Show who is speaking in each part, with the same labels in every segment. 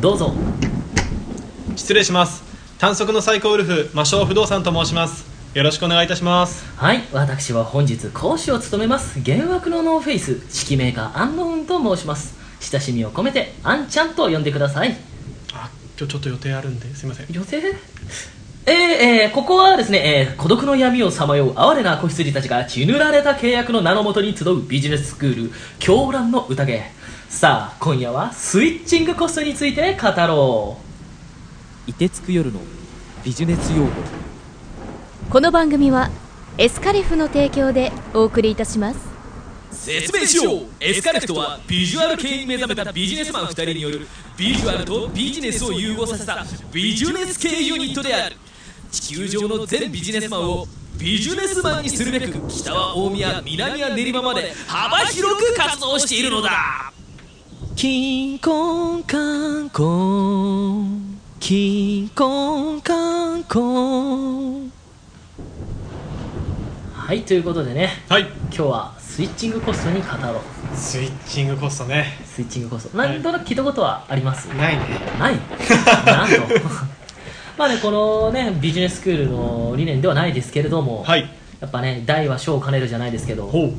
Speaker 1: どうぞ
Speaker 2: 失礼します短足の最高ウルフ魔性不動産と申しますよろしくお願いいたします
Speaker 1: はい私は本日講師を務めます幻惑のノーフェイス指揮メーカーアンノウンと申します親しみを込めてアンちゃんと呼んでください
Speaker 2: あ今日ちょっと予定あるんですいません
Speaker 1: 予定えーえーここはですね、えー孤独の闇をさまよう哀れな子羊たちが血塗られた契約の名のもとに集うビジネススクール狂乱の宴さあ今夜はスイッチングコストについて語ろう
Speaker 3: 凍てつく夜のビジネス用語
Speaker 4: この番組はエスカリフの提供でお送りいたします
Speaker 5: 説明しようエスカレフトはビジュアル系に目覚めたビジネスマン2人によるビジュアルとビジネスを融合させたビジネス系ユニットである地球上の全ビジネスマンをビジネスマンにするべく北は大宮南は練馬まで幅広く活動しているのだ
Speaker 3: キンコンカンコンキンコンカンコン
Speaker 1: はいということでね
Speaker 2: はい
Speaker 1: 今日はスイッチングコストに語ろう
Speaker 2: スイッチングコストね
Speaker 1: スイッチングコスト
Speaker 2: はい
Speaker 1: 何となく聞いたことはあります、
Speaker 2: ないね
Speaker 1: ないなんと まあねこのねビジネススクールの理念ではないですけれども、
Speaker 2: はい
Speaker 1: やっぱね大は小を兼ねるじゃないですけど、
Speaker 2: ほう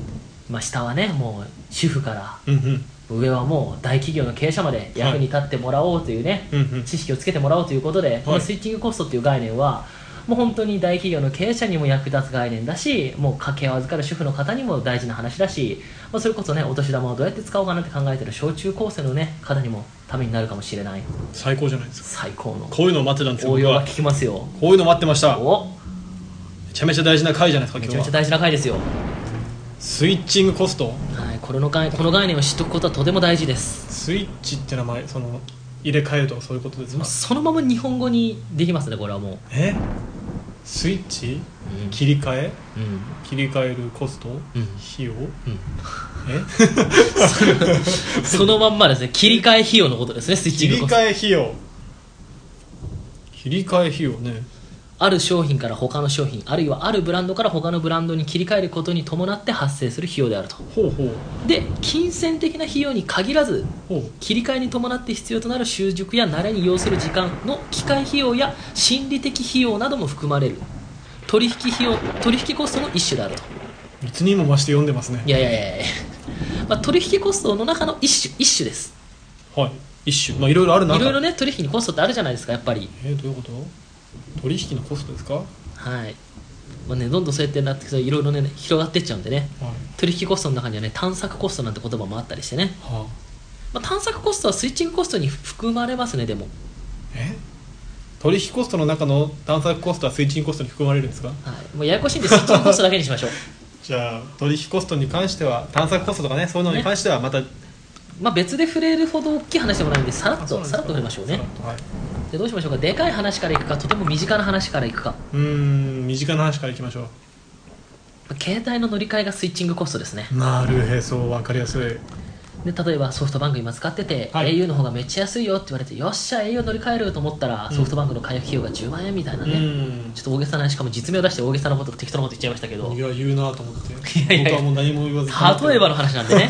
Speaker 1: まあ、下はねもう主婦から
Speaker 2: うんうん
Speaker 1: 上はもう大企業の経営者まで役に立ってもらおうというね、
Speaker 2: うんうん
Speaker 1: 知識をつけてもらおうということで、このスイッチングコストっていう概念はもう本当に大企業の経営者にも役立つ概念だしもう家計を預かる主婦の方にも大事な話だし、まあ、それこそねお年玉をどうやって使おうかなって考えてる小中高生の、ね、方にもためになるかもしれない
Speaker 2: 最高じゃないですか
Speaker 1: 最高の
Speaker 2: こういうのを待ってたんですよ
Speaker 1: 応
Speaker 2: 僕
Speaker 1: 用が
Speaker 2: は
Speaker 1: 効きますよ
Speaker 2: こういうの待ってましため
Speaker 1: お
Speaker 2: ちゃめちゃ大事な回じゃないですか
Speaker 1: め
Speaker 2: 今
Speaker 1: ちゃめちゃ
Speaker 2: 日は
Speaker 1: 大事な回ですよ、
Speaker 2: スイッチングコスト
Speaker 1: はい、これの概この概念を知っておくことはとても大事です
Speaker 2: スイッチって名前その入れ替えるとかそういうことです
Speaker 1: もう
Speaker 2: か
Speaker 1: そのまま日本語にできますねこれはもう、
Speaker 2: えスイッチ
Speaker 1: うん
Speaker 2: 切り替え
Speaker 1: うん
Speaker 2: 切り替えるコスト、費
Speaker 1: う
Speaker 2: 用
Speaker 1: ん
Speaker 2: え
Speaker 1: そのまんまですね切り替え費用のことですねスイッチ
Speaker 2: 切
Speaker 1: ング
Speaker 2: り
Speaker 1: コスト
Speaker 2: 替え費用切り替え費用ね
Speaker 1: ある商品から他の商品あるいはあるブランドから他のブランドに切り替えることに伴って発生する費用であると
Speaker 2: ほうほう
Speaker 1: で金銭的な費用に限らず
Speaker 2: ほう
Speaker 1: 切り替えに伴って必要となる習熟や慣れに要する時間の機械費用や心理的費用なども含まれる取引費用取引コストの一種であると
Speaker 2: いつにも増して読んでますね
Speaker 1: いやいやいやいや、まあ、取引コストの中の一種一種です
Speaker 2: はい一種まあいろいろあるない
Speaker 1: ろいろね取引にコストってあるじゃないですかやっぱり
Speaker 2: えー、どういうこと取引のコストですかはい
Speaker 1: はい、まあね、どんどんそうやってなってくるといろいろね広がってっちゃうんでね取引コストの中にはね探索コストなんて言葉もあったりしてね、
Speaker 2: はあ
Speaker 1: まあ、探索コストはスイッチングコストに含まれますねでも
Speaker 2: え取引コストの中の探索コストはスイッチングコストに含まれるんですか
Speaker 1: はい、もうややこしいん でスイッチングコストだけにしましょう
Speaker 2: じゃあ取引コストに関しては探索コストとかねそういうのに関してはまた、
Speaker 1: まあ別で触れるほど大きい話でもないんでさら
Speaker 2: あ
Speaker 1: っ
Speaker 2: そ
Speaker 1: と
Speaker 2: うなんです
Speaker 1: さっ
Speaker 2: から
Speaker 1: と触れましょうね
Speaker 2: さらっとはい、
Speaker 1: でどうしましょうかでかい話からいくかとても身近な話からいくか、
Speaker 2: うーん身近な話からいきましょ
Speaker 1: まあ携帯の乗り換えがスイッチングコストですね
Speaker 2: うなるへそ分かりやすい
Speaker 1: で例えばソフトバンク今使ってて、
Speaker 2: はい
Speaker 1: au の方がめっちゃ安いよって言われてよっしゃ au 乗り換えると思ったらソフトバンクの解約費用が10万円みたいな
Speaker 2: う
Speaker 1: ね、
Speaker 2: ん
Speaker 1: ちょっと大げさなしかも実名を出して大げさなこと適当なこと言っちゃいましたけど
Speaker 2: いや言うなと思って
Speaker 1: いやいや
Speaker 2: 僕はもう何も言わずに
Speaker 1: 例えばの話なんで ね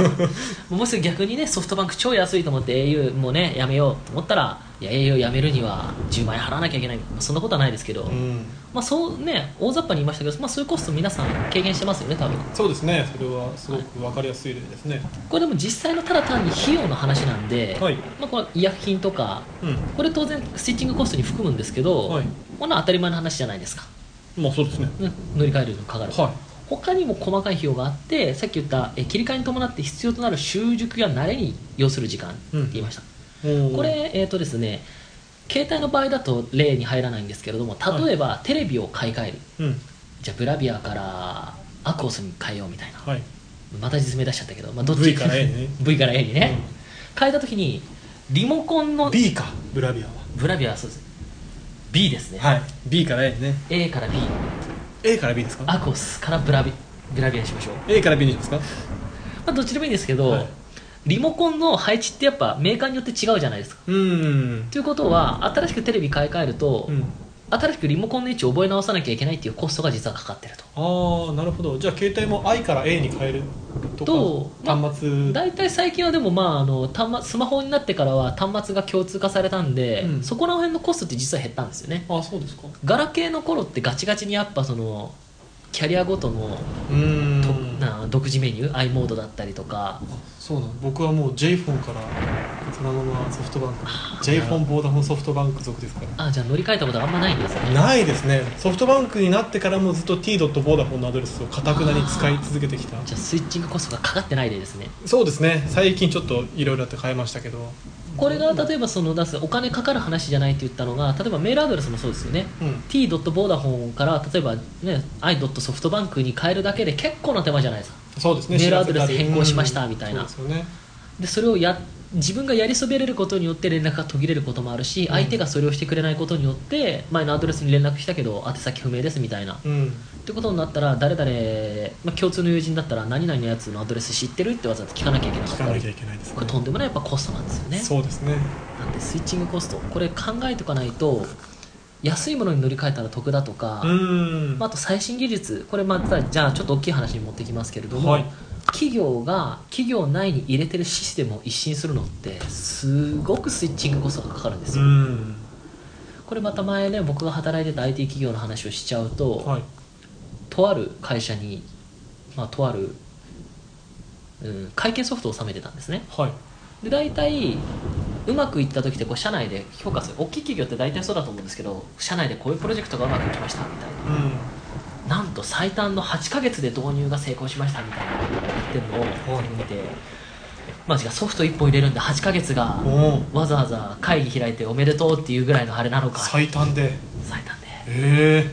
Speaker 1: もうすぐ逆にねソフトバンク超安いと思って au もうねやめようと思ったらいや au やめるには10万円払わなきゃいけない、まあ、そんなことはないですけど、
Speaker 2: うん
Speaker 1: まあそうね大雑把に言いましたけど、まあ、そういうコスト皆さん軽減してますよね多分
Speaker 2: そうですねそれはすごく分かりやすい例ですね
Speaker 1: これでも実際のただ単に費用の話なんで、
Speaker 2: はい
Speaker 1: まあ、この医薬品とか
Speaker 2: うん
Speaker 1: これ当然スイッチングコストに含むんですけど、
Speaker 2: はい
Speaker 1: こんなの当たり前の話じゃないですか、
Speaker 2: まあそうですね
Speaker 1: ね乗り換えるのかかる、
Speaker 2: は
Speaker 1: 他にも細かい費用があってさっき言ったえ切り替えに伴って必要となる習熟や慣れに要する時間って言いました、
Speaker 2: いおー
Speaker 1: これえっ、とですね携帯の場合だと例に入らないんですけれども例えばテレビを買い替える、
Speaker 2: うん
Speaker 1: じゃあブラビアからアクオスに変えようみたいな
Speaker 2: はい
Speaker 1: また実名出しちゃったけど、まあ、どっち
Speaker 2: V から A ね
Speaker 1: V から A にね、変えた時にリモコンの
Speaker 2: B かブラビアは
Speaker 1: ブラビアはそうです B ですね、
Speaker 2: はい B から A ね
Speaker 1: A から B
Speaker 2: A から B ですか
Speaker 1: アクオスからブラビブラビアにしましょう
Speaker 2: A から B にしますか
Speaker 1: まあ、どっちでもいいんですけど、
Speaker 2: はい
Speaker 1: リモコンの配置ってやっぱメーカーによって違うじゃないですか。
Speaker 2: うーん
Speaker 1: ということは新しくテレビ買い替えると、
Speaker 2: うん
Speaker 1: 新しくリモコンの位置を覚え直さなきゃいけないっていうコストが実はかかってると。
Speaker 2: ああなるほどじゃあ携帯も i から a に変えるとか
Speaker 1: とまあ
Speaker 2: 端末
Speaker 1: 大体最近はでも、まあ、あの端末スマホになってからは端末が共通化されたんで、
Speaker 2: うん
Speaker 1: そこら辺のコストって実は減ったんですよね
Speaker 2: あそうですか
Speaker 1: ガラケーの頃ってガチガチにやっぱそのキャリアごとの
Speaker 2: うー
Speaker 1: と
Speaker 2: ん
Speaker 1: な独自メニュー i モードだったりとか
Speaker 2: そうなの僕はもう j フォンからそのままソフトバンク j フォンボーダフォンソフトバンク属ですから
Speaker 1: あじゃあ乗り換えたことあんまないんですね
Speaker 2: ないですねソフトバンクになってからもずっと t ボーダフォンのアドレスをかたくなに使い続けてきた
Speaker 1: じゃあスイッチングコストがかかってないでですね
Speaker 2: そうですね最近ちょっといろいろあって変えましたけど
Speaker 1: これが例えばその出すお金かかる話じゃないって言ったのが例えばメールアドレスもそうですよね、
Speaker 2: うん
Speaker 1: t ボーダフォンから例えば、ね、i ソフトバンクに変えるだけで結構な手間じゃないですか
Speaker 2: そうですね
Speaker 1: メールア
Speaker 2: 知
Speaker 1: ド
Speaker 2: らせた
Speaker 1: レ
Speaker 2: り
Speaker 1: ス変更しましたみたいな
Speaker 2: うんそうですよね
Speaker 1: でそれをや自分がやりそびれることによって連絡が途切れることもあるし、相手がそれをしてくれないことによって前のアドレスに連絡したけど宛先不明ですみたいな、っ
Speaker 2: うん
Speaker 1: てことになったら誰々、まあ、共通の友人だったら何々のやつのアドレス知ってるってわざわざ聞かなきゃいけなかっ
Speaker 2: 聞
Speaker 1: た
Speaker 2: かなきゃ
Speaker 1: り
Speaker 2: いけないです
Speaker 1: こ
Speaker 2: ね
Speaker 1: れとんでもないやっぱコストなんですよね
Speaker 2: そうですね
Speaker 1: なんでスイッチングコストこれ考えとかないと安いものに乗り換えたら得だとか、
Speaker 2: うん
Speaker 1: まあ、あと最新技術これまたじゃあちょっと大きい話に持ってきますけれども、
Speaker 2: はい
Speaker 1: 企業が企業内に入れてるシステムを一新するのってすごくスイッチングコストがかかるんです
Speaker 2: う
Speaker 1: よ、
Speaker 2: ん
Speaker 1: これまた前ね僕が働いてた IT 企業の話をしちゃうと、
Speaker 2: はい
Speaker 1: とある会社に、まあ、とある、うん、会計ソフトを収めてたんですね
Speaker 2: はい
Speaker 1: で大体うまくいった時ってこう社内で評価する大きい企業って大体そうだと思うんですけど社内でこういうプロジェクトがうまくいきましたみたいな
Speaker 2: うん
Speaker 1: なんと最短の8ヶ月で導入が成功しましたみたいなことを言ってるのを見て、マジかソフト1本入れるんで8ヶ月が
Speaker 2: おー
Speaker 1: わざわざ会議開いておめでとうっていうぐらいのあれなのか
Speaker 2: 最短で
Speaker 1: 最短で
Speaker 2: ええ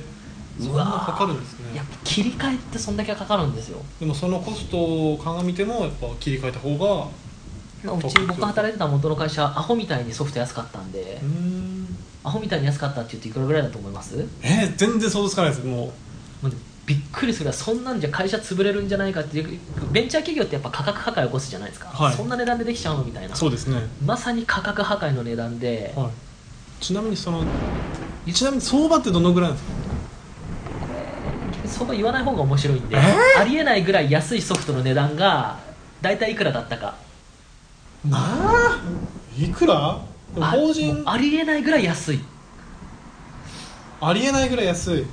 Speaker 1: う
Speaker 2: そん
Speaker 1: わ
Speaker 2: な
Speaker 1: ー
Speaker 2: かかるんですね
Speaker 1: やっぱ切り替えってそんだけかかるんですよ
Speaker 2: でもそのコストを鑑みてもやっぱ切り替えた方が
Speaker 1: うち僕働いてた元の会社アホみたいにソフト安かったんで
Speaker 2: うーん
Speaker 1: アホみたいに安かったって言っていくらぐらいだと思いますも
Speaker 2: えー、全然想像つかないですも
Speaker 1: うびっくりするぐらいそんなんじゃ会社潰れるんじゃないかっていうベンチャー企業ってやっぱ価格破壊起こすじゃないですか、
Speaker 2: はい
Speaker 1: そんな値段でできちゃうのみたいな
Speaker 2: うそうですね、
Speaker 1: まさに価格破壊の値段で、
Speaker 2: はい、ちなみにそのちなみに相場ってどのぐらいなんですか
Speaker 1: そこ言わない方が面白いんで、ありえないぐらい安いソフトの値段が大体いくらだったか
Speaker 2: ああいくらでも
Speaker 1: あ
Speaker 2: 法
Speaker 1: もう
Speaker 2: 人あ
Speaker 1: ありえないぐらい安い、
Speaker 2: りえないぐらい安い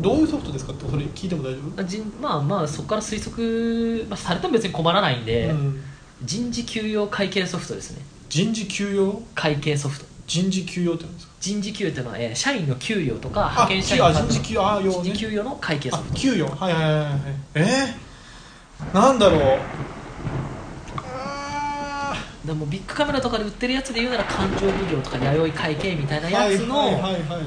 Speaker 2: どういうソフトですかってそれ聞いても大丈
Speaker 1: うん人まあまあそこから推測、まあ、されても別に困らないんで、
Speaker 2: 夫、うん、
Speaker 1: 人事給与会計ソフトですね
Speaker 2: 人事給与
Speaker 1: 会計ソフト
Speaker 2: 人事給与ってなんですか
Speaker 1: 人事給与というのは、えー社員の給与とか
Speaker 2: あ
Speaker 1: 派遣社
Speaker 2: 給
Speaker 1: 員
Speaker 2: あ
Speaker 1: の
Speaker 2: 人事給与あ用
Speaker 1: 人
Speaker 2: ね
Speaker 1: 事給与の会計ソ
Speaker 2: あ
Speaker 1: フト
Speaker 2: 給与はいはいはいはいえー、なんだろうあ
Speaker 1: でもビッグカメラとかで売ってるやつで言うなら勘定奉行とか弥生会計みたいな
Speaker 2: ー
Speaker 1: やつの、
Speaker 2: はいはいはいはい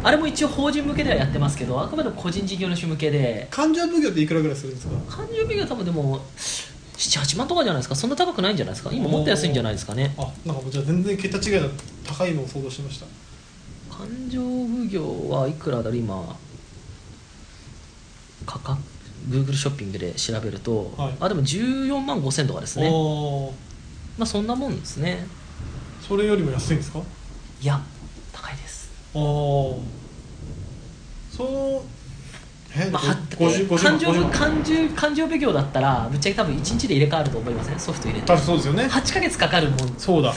Speaker 1: あれも一応法人向けではやってますけどあくまでも個人事業主向けで
Speaker 2: 患者奉行っていくらぐらいするんですか
Speaker 1: 勘定奉行は多分でも78万とかじゃないですかそんな高くないんじゃないですか今もっと安いんじゃないですかね
Speaker 2: あなんかもうじゃあ全然桁違いだ高いのを想像してました
Speaker 1: 勘定奉行はいくらだろう今価格 Google ショッピングで調べると、
Speaker 2: はい
Speaker 1: あでも14万5千とかですね
Speaker 2: おー
Speaker 1: まあそんなもんですね
Speaker 2: それよりも安いんですか
Speaker 1: いや高いです、
Speaker 2: あーそうえ
Speaker 1: まあ、
Speaker 2: 五
Speaker 1: は
Speaker 2: 50 50
Speaker 1: 勘
Speaker 2: 万
Speaker 1: 定
Speaker 2: 50万
Speaker 1: 勘定勘定奉行だったらぶっちゃけ多分1日で入れ替わると思いません、ソフト入れて
Speaker 2: 多分そうですよね
Speaker 1: 8ヶ月かかるもん
Speaker 2: そうだ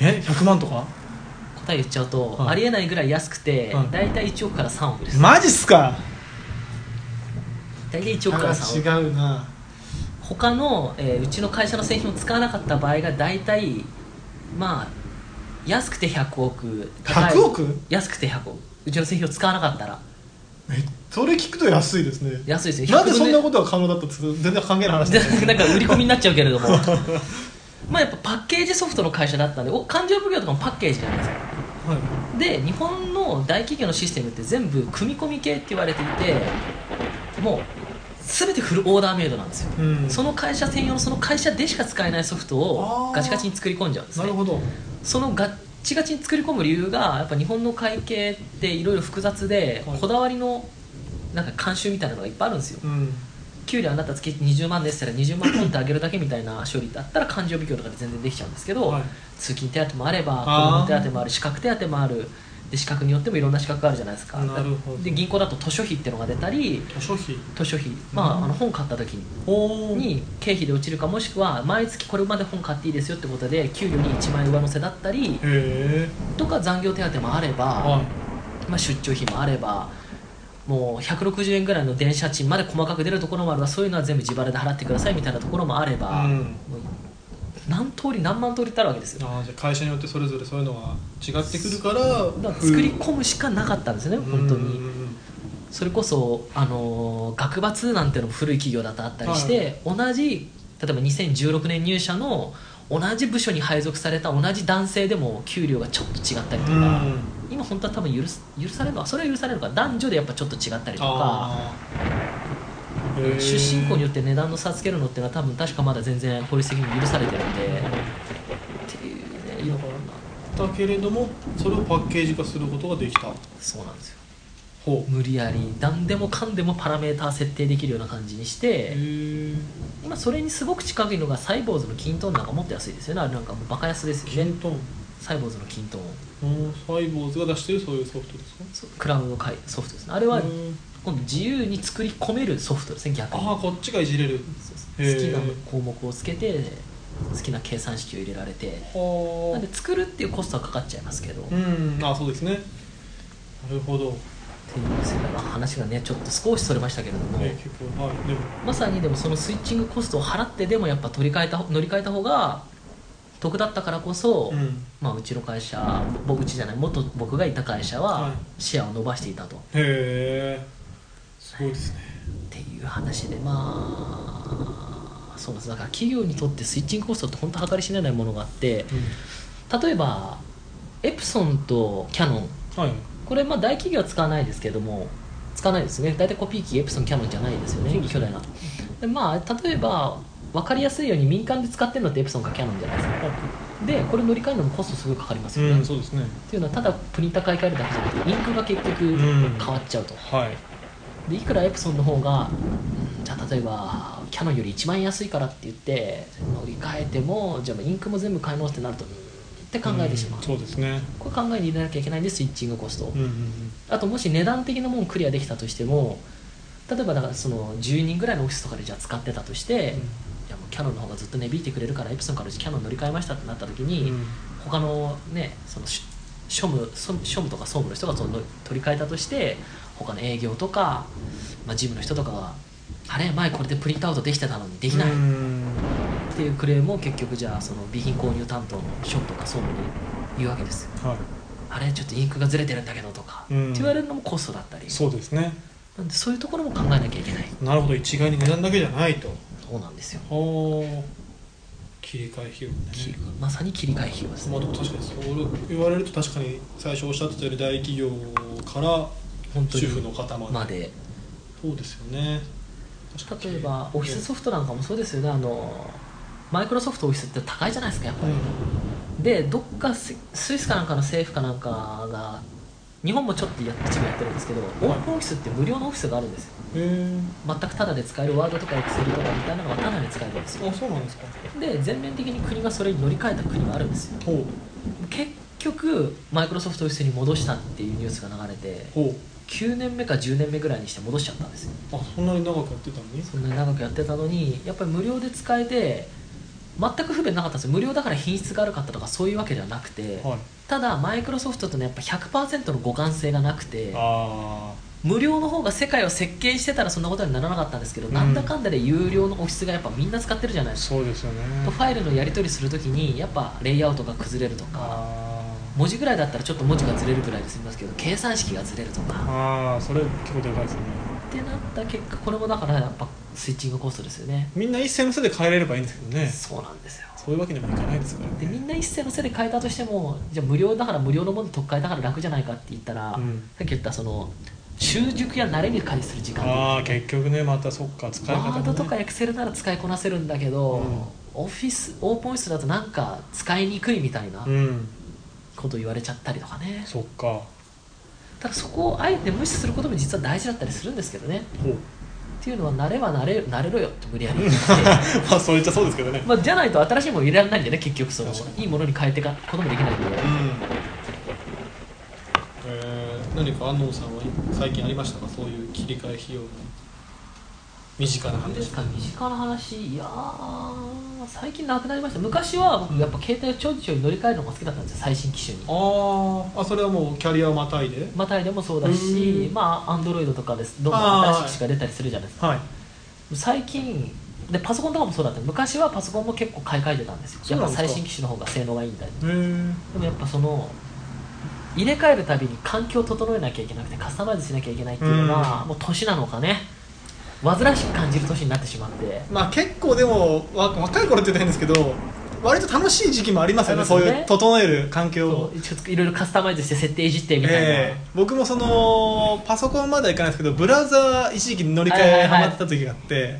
Speaker 2: え100万とか
Speaker 1: 答え言っちゃうと、
Speaker 2: はい
Speaker 1: ありえないぐらい安くて、
Speaker 2: はい
Speaker 1: 大体1億から3億です、
Speaker 2: マジっすか
Speaker 1: 大体1億から3億
Speaker 2: あ違うな
Speaker 1: 他の、えーうちの会社の製品を使わなかった場合が大体まあ安くて100億高い
Speaker 2: 100億
Speaker 1: 安くて100億うちの製品を使わなかったら
Speaker 2: えそれ聞くと安いですね
Speaker 1: 安いですよ
Speaker 2: なんでそんな
Speaker 1: と
Speaker 2: ことが可能だったって全然関係ない話 だね
Speaker 1: でなんか売り込みになっちゃうけれども まあやっぱパッケージソフトの会社だったんでお勘定奉行とかもパッケージじゃないですか
Speaker 2: はい
Speaker 1: で日本の大企業のシステムって全部組み込み系って言われていてもう全てフルオーダーメイドなんですよ、
Speaker 2: うん
Speaker 1: その会社専用のその会社でしか使えないソフトを
Speaker 2: あー
Speaker 1: ガチガチに作り込んじゃうんです
Speaker 2: なる
Speaker 1: ね
Speaker 2: ほど
Speaker 1: そのガッチガチに作り込む理由がやっぱ日本の会計っていろいろ複雑で、
Speaker 2: はい
Speaker 1: こだわりのなんか慣習みたいなのがいっぱいあるんですよ
Speaker 2: うん
Speaker 1: 給料あなた月20万ですったら20万ポンってあげるだけみたいな処理だったら勘定奉行とかで全然できちゃうんですけど、
Speaker 2: はい
Speaker 1: 通勤手当もあれば
Speaker 2: あー
Speaker 1: 子供手当もある資格手当もあるで資格によってもいろんな資格があるじゃないですか
Speaker 2: なるほど
Speaker 1: で銀行だと図書費っていうのが出たり
Speaker 2: 図書費
Speaker 1: 図書費、まあ、あの本買った時
Speaker 2: おー
Speaker 1: に経費で落ちるかもしくは毎月これまで本買っていいですよってことで給料に1万円上乗せだったり
Speaker 2: へえ
Speaker 1: とか残業手当もあれば、まあ、出張費もあればもう160円ぐらいの電車賃まで細かく出るところもあればそういうのは全部自腹で払ってくださいみたいなところもあれば、
Speaker 2: うん
Speaker 1: もう何通り何万通りってあるわけですよ
Speaker 2: ああじゃあ会社によってそれぞれそういうのが違ってくるから
Speaker 1: だから作り込むしかなかったんですね、本当に。
Speaker 2: うんうんうん
Speaker 1: それこそ、あのー学閥なんてのも古い企業だとあったりして、同じ例えば2016年入社の同じ部署に配属された同じ男性でも給料がちょっと違ったりとか、
Speaker 2: うん
Speaker 1: 今本当は多分許す許されるのはそれは許されるのか男女でやっぱちょっと違ったりとか
Speaker 2: あーへー
Speaker 1: 出身校によって値段の差つけるのっていうのは多分確かまだ全然法律的に許されてるんでっていうねいろんな
Speaker 2: だけれどもそれをパッケージ化することができた
Speaker 1: そうなんですよ
Speaker 2: ほう
Speaker 1: 無理やり何でもかんでもパラメーター設定できるような感じにして。
Speaker 2: へえ
Speaker 1: 今それにすごく近いのがサイボーズの均等なんかもっと安いですよねあれなんかもうバカ安ですよね
Speaker 2: ントン
Speaker 1: サイボーズの均等
Speaker 2: うんサイボーズが出してるそういうソフトですか
Speaker 1: そうクラウド開ソフトですねあれは
Speaker 2: うん
Speaker 1: 今度自由に作り込めるソフトですね逆に
Speaker 2: ああこっちがいじれる
Speaker 1: そうそう
Speaker 2: へー
Speaker 1: 好きな項目をつけて好きな計算式を入れられてな
Speaker 2: は
Speaker 1: んで作るっていうコストはかかっちゃいますけど、
Speaker 2: あ
Speaker 1: っ
Speaker 2: うんあそうですねなるほ
Speaker 1: てい
Speaker 2: ど、
Speaker 1: う世界の話がねちょっと少しそれましたけれども、
Speaker 2: えー結構はいでも
Speaker 1: まさにでもそのスイッチングコストを払ってでもやっぱ取り替えた乗り換えた方が得だったからこそ、
Speaker 2: うん
Speaker 1: まあ、うちの会社僕うちじゃない元僕がいた会社
Speaker 2: は
Speaker 1: はいシェアを伸ばしていたと、
Speaker 2: へえすごいですね
Speaker 1: っていう話でまあそうなんですだから企業にとってスイッチングコストって本当計り知れないものがあって例えばエプソンとキヤノン
Speaker 2: はい
Speaker 1: これまあ大企業は使わないですけども使わないですね大体コピー機エプソンキヤノンじゃないですよね巨大なでまあ例えば分かりやすいように民間で使ってるのってエプソンかキヤノンじゃないですかでこれ乗り換えるのもコストすごいかかりますよね、
Speaker 2: うん
Speaker 1: っ
Speaker 2: そうですね
Speaker 1: ていうのはただプリンター買い替えるだけじゃなくてインクが結局
Speaker 2: ん
Speaker 1: 変わっちゃうと、
Speaker 2: はい
Speaker 1: でいくらエプソンの方が、うんじゃあ例えばキャノンより1万円安いからって言って乗り換えてもじゃあインクも全部買い直すってなるとうんって考えてしまう、
Speaker 2: んそうですね
Speaker 1: これ考えに入れなきゃいけないんでスイッチングコスト、
Speaker 2: うんうんうん
Speaker 1: あともし値段的なもんクリアできたとしても例えばだからその10人ぐらいのオフィスとかでじゃあ使ってたとして、
Speaker 2: うん
Speaker 1: いやもうキャノンの方がずっと値引いてくれるからエプソンからうちキャノン乗り換えましたってなった時に、
Speaker 2: うん
Speaker 1: 他のねそのし庶務そ庶務とか総務の人がその取り替えたとして他の営業とか、まあ、事務の人とかがあれ前これでプリントアウトできてたのにできないっ
Speaker 2: うん
Speaker 1: ていうクレームを結局じゃあその備品購入担当の庶務とか総務に言うわけですよ
Speaker 2: は
Speaker 1: あれちょっとインクがずれてるんだけどとか、
Speaker 2: うん
Speaker 1: って言われるのもコストだったり
Speaker 2: いそうですね
Speaker 1: なんでそういうところも考えなきゃいけない
Speaker 2: なるほど一概に値段だけじゃないと
Speaker 1: そうなんですよ、
Speaker 2: ほう切り替え費用ね
Speaker 1: 切りまさに切り替え費用です
Speaker 2: まあ
Speaker 1: ね
Speaker 2: でも確かにそう言われると確かに最初おっしゃってたより大企業から
Speaker 1: 本当に
Speaker 2: 主婦の方まで、
Speaker 1: まで
Speaker 2: そうですよね
Speaker 1: 例えばオフィスソフトなんかもそうですよねあのマイクロソフトオフィスって高いじゃないですかやっぱり、でどっかススイスかなんかの政府かなんかが日本もちょっとや一部やってるんですけど、オープンオフィスって無料のオフィスがあるんですよ
Speaker 2: へえ
Speaker 1: 全くタダで使えるワードとかエクセルとかみたいなのがタダで使えるんですよ
Speaker 2: あそうなんですか
Speaker 1: で全面的に国がそれに乗り換えた国があるんですよ
Speaker 2: ほう
Speaker 1: 結局マイクロソフトオフィスに戻したっていうニュースが流れて
Speaker 2: ほ
Speaker 1: 9年目か10年目ぐらいにして戻しちゃったんですよ
Speaker 2: うあそんなに長くやってたのに
Speaker 1: そんなに長くやってたのにやっぱり無料で使えて全く不便なかったんですよ無料だから品質が悪かったとかそういうわけではなくて、
Speaker 2: はい
Speaker 1: ただマイクロソフトとねやっぱ100%の互換性がなくて
Speaker 2: あ
Speaker 1: 無料の方が世界を席巻してたらそんなことにならなかったんですけど、
Speaker 2: ん
Speaker 1: なんだかんだで有料のオフィスがやっぱみんな使ってるじゃない
Speaker 2: あ
Speaker 1: ですか
Speaker 2: そうですよね
Speaker 1: とファイルのやり取りするときにやっぱレイアウトが崩れるとか
Speaker 2: あ
Speaker 1: 文字ぐらいだったらちょっと文字がずれるぐらいで済みますけど計算式がずれるとか
Speaker 2: ああそれ結構でかいですね
Speaker 1: ってなった結果これもだからやっぱスイッチングコストですよね
Speaker 2: みんな一斉のせいで変えれればいいんですけどね
Speaker 1: そうなんですよ
Speaker 2: そういうわけにもいかないですからね
Speaker 1: でみんな一斉のせいで変えたとしてもじゃあ無料だから無料のもの特会だから楽じゃないかって言ったら、
Speaker 2: うん
Speaker 1: さっき言ったその習熟や慣れに借りする時間
Speaker 2: ああ結局ねまたそっか使い方
Speaker 1: ワ
Speaker 2: も
Speaker 1: ー
Speaker 2: ね
Speaker 1: ドとかエクセルなら使いこなせるんだけど、
Speaker 2: うん
Speaker 1: オフィスオープンオフィスだとなんか使いにくいみたいな
Speaker 2: うん
Speaker 1: こと言われちゃったりとかね、
Speaker 2: そっか
Speaker 1: ただそこをあえて無視することも実は大事だったりするんですけどね
Speaker 2: ほう
Speaker 1: っていうのは慣れは慣れ慣れろよって無理やり言って
Speaker 2: まあそう言っちゃそうですけどね
Speaker 1: まあ、じゃないと新しいもの入れられないんでね結局その
Speaker 2: 確か
Speaker 1: いいものに変えていくこともできないんで
Speaker 2: うん何か安納さんは最近ありましたかそういう切り替え費用の身近な
Speaker 1: 何で
Speaker 2: 話
Speaker 1: すか身近な話いやー最近なくなりました昔は僕やっぱ携帯をちょいちょい乗り換えるのが好きだったんですよ最新機種に
Speaker 2: あああそれはもうキャリアをまたいで
Speaker 1: またでもそうだし
Speaker 2: うん
Speaker 1: まあアンドロイドとかですどんどん
Speaker 2: あー
Speaker 1: 新しい機種が出たりするじゃないですか
Speaker 2: はい
Speaker 1: 最近でパソコンとかもそうだった昔はパソコンも結構買い替えてたんですよ
Speaker 2: そう
Speaker 1: や
Speaker 2: なん
Speaker 1: っ
Speaker 2: で
Speaker 1: ぱ
Speaker 2: すか
Speaker 1: 最新機種の方が性能がいいんだよ
Speaker 2: へえ
Speaker 1: でもやっぱその入れ替えるたびに環境を整えなきゃいけなくてカスタマイズしなきゃいけないっていうのがもう年なのかね煩わしく感じる年になってしまって
Speaker 2: まあ結構でもわ若い頃って言ったらいいんですけど割と楽しい時期もありますよね
Speaker 1: あり
Speaker 2: そ
Speaker 1: ま
Speaker 2: う
Speaker 1: すね
Speaker 2: いう整える環境を
Speaker 1: そうちょっといろいろカスタマイズして設定いじってみたいな、
Speaker 2: ええ僕もそのパソコンまではいかないですけどブラウザー一時期乗り換えハマってた時があって、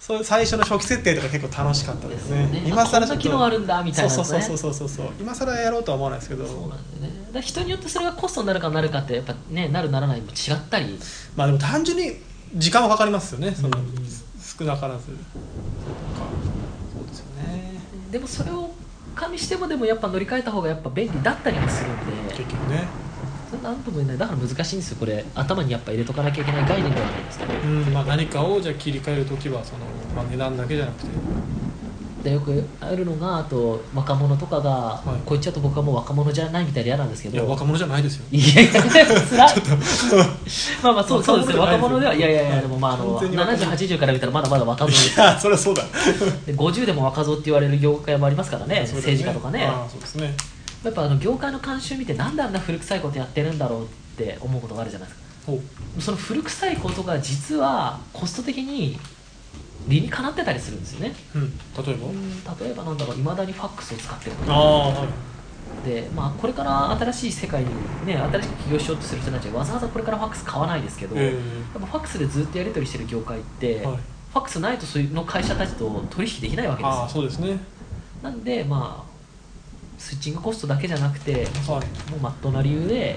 Speaker 2: そういう最初の初期設定とか結構楽しかったですね
Speaker 1: 今更こ
Speaker 2: 更
Speaker 1: んな
Speaker 2: ち
Speaker 1: 機
Speaker 2: ょっ
Speaker 1: 能あ
Speaker 2: と
Speaker 1: るんだみたい
Speaker 2: そ
Speaker 1: なの
Speaker 2: うそ
Speaker 1: ね
Speaker 2: うそうそうそうそうそう今更やろうとは思わないですけど
Speaker 1: そうなんだよねだから人によってそれがコストになるかなるかってやっぱねなるならないも違ったり
Speaker 2: まあでも単純に時間はかかりますよねその、
Speaker 1: うん
Speaker 2: 少なからずそうかそうですよね
Speaker 1: でもそれを加味してもでもやっぱ乗り換えた方がやっぱ便利だったりもするんで
Speaker 2: 結局ね
Speaker 1: それなんとも言えないだから難しいんですよこれ頭にやっぱ入れとかなきゃいけない概念ではないですか
Speaker 2: うんまあ何かをじゃあ切り替える時はその、まあ、値段だけじゃなくて
Speaker 1: でよくあるのがあと若者とかが、
Speaker 2: い
Speaker 1: こう言っちゃうと僕はもう若者じゃないみたいで嫌なんですけど
Speaker 2: いや若者じゃないですよ
Speaker 1: いやいや、つらい。まあまあ、そう、そうですよ。若
Speaker 2: 若
Speaker 1: 者
Speaker 2: 者
Speaker 1: で
Speaker 2: で
Speaker 1: は、
Speaker 2: はいないですよ
Speaker 1: やいやいや、でも、まあ、あの、
Speaker 2: 完全に若
Speaker 1: 七十
Speaker 2: 者
Speaker 1: 八十から見たら、まだまだ若造
Speaker 2: いやそれは そうだ
Speaker 1: で。五十でも若造って言われる業界もありますからね、
Speaker 2: そうだよ
Speaker 1: 政治家とかね。
Speaker 2: ああそうですね
Speaker 1: やっぱ、あの、業界の慣習見て、なんであんな古臭いことやってるんだろうって思うことがあるじゃないですか。
Speaker 2: ほう
Speaker 1: その古臭いことが、実は、コスト的に。理にかなってたりするんですよね。
Speaker 2: うん、例えば
Speaker 1: 例えば、なんだろう、いまだにファックスを使ってるとか
Speaker 2: ああ、はい、
Speaker 1: で、まあ、これから新しい世界に、ね、新しく起業しようとする人たちはわざわざこれからファックス買わないですけど、
Speaker 2: え
Speaker 1: やっぱファックスでずっとやり取りしてる業界って、
Speaker 2: えはい
Speaker 1: フ、ァックスないとそういうの会社たちと取引できないわけで
Speaker 2: ああ
Speaker 1: すよ
Speaker 2: そうですね
Speaker 1: なんでまあスイッチングコストだけじゃなくて
Speaker 2: はい
Speaker 1: もうまっとうな理由で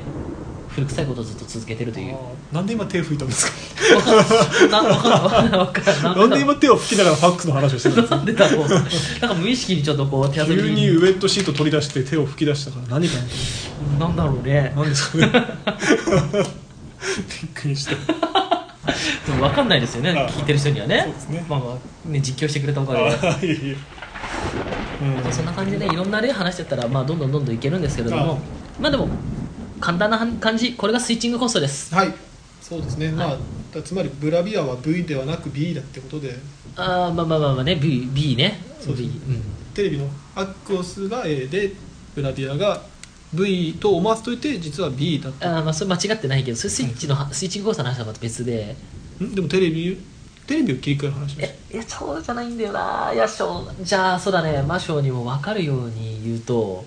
Speaker 1: 古臭いことをずっと続けてるという
Speaker 2: ああなんで今手吹いたんですか
Speaker 1: わかんないわかんないわかんない
Speaker 2: なんで今手を吹きながらファックスの話をしてるん ですか
Speaker 1: なんでだろうなんか無意識にちょっとこう手遊
Speaker 2: 急
Speaker 1: び
Speaker 2: にウエットシート取り出して手を吹き出したから何か
Speaker 1: なんだろうね
Speaker 2: 何です かねびっくりした
Speaker 1: でも分かんないですよね
Speaker 2: ああ
Speaker 1: 聞いてる人にはね
Speaker 2: そうですね
Speaker 1: まあまあね実況してくれたおかげで
Speaker 2: ああいえいえうん
Speaker 1: そんな感じでねいろんな例話してったら、まあ、どんどんどんどんいけるんですけれども
Speaker 2: あ
Speaker 1: まあでも簡単な感じこれがスイッチングコストです
Speaker 2: はいそうですね、
Speaker 1: はい
Speaker 2: まあだつまりブラビアは V ではなく B だってことで
Speaker 1: あーまあまあまあまあね B, B ね
Speaker 2: そうですね
Speaker 1: B うん
Speaker 2: テレビのアクオスが A でブラビアが V と思わせといて実は B だった
Speaker 1: あーまあそれ間違ってないけどそれスイッチの、スイッチングコストの話はまた別で
Speaker 2: んでもテレビテレビを切り替える話です
Speaker 1: えいやそうじゃないんだよないやしょうじゃあそうだね魔性にも分かるように言うと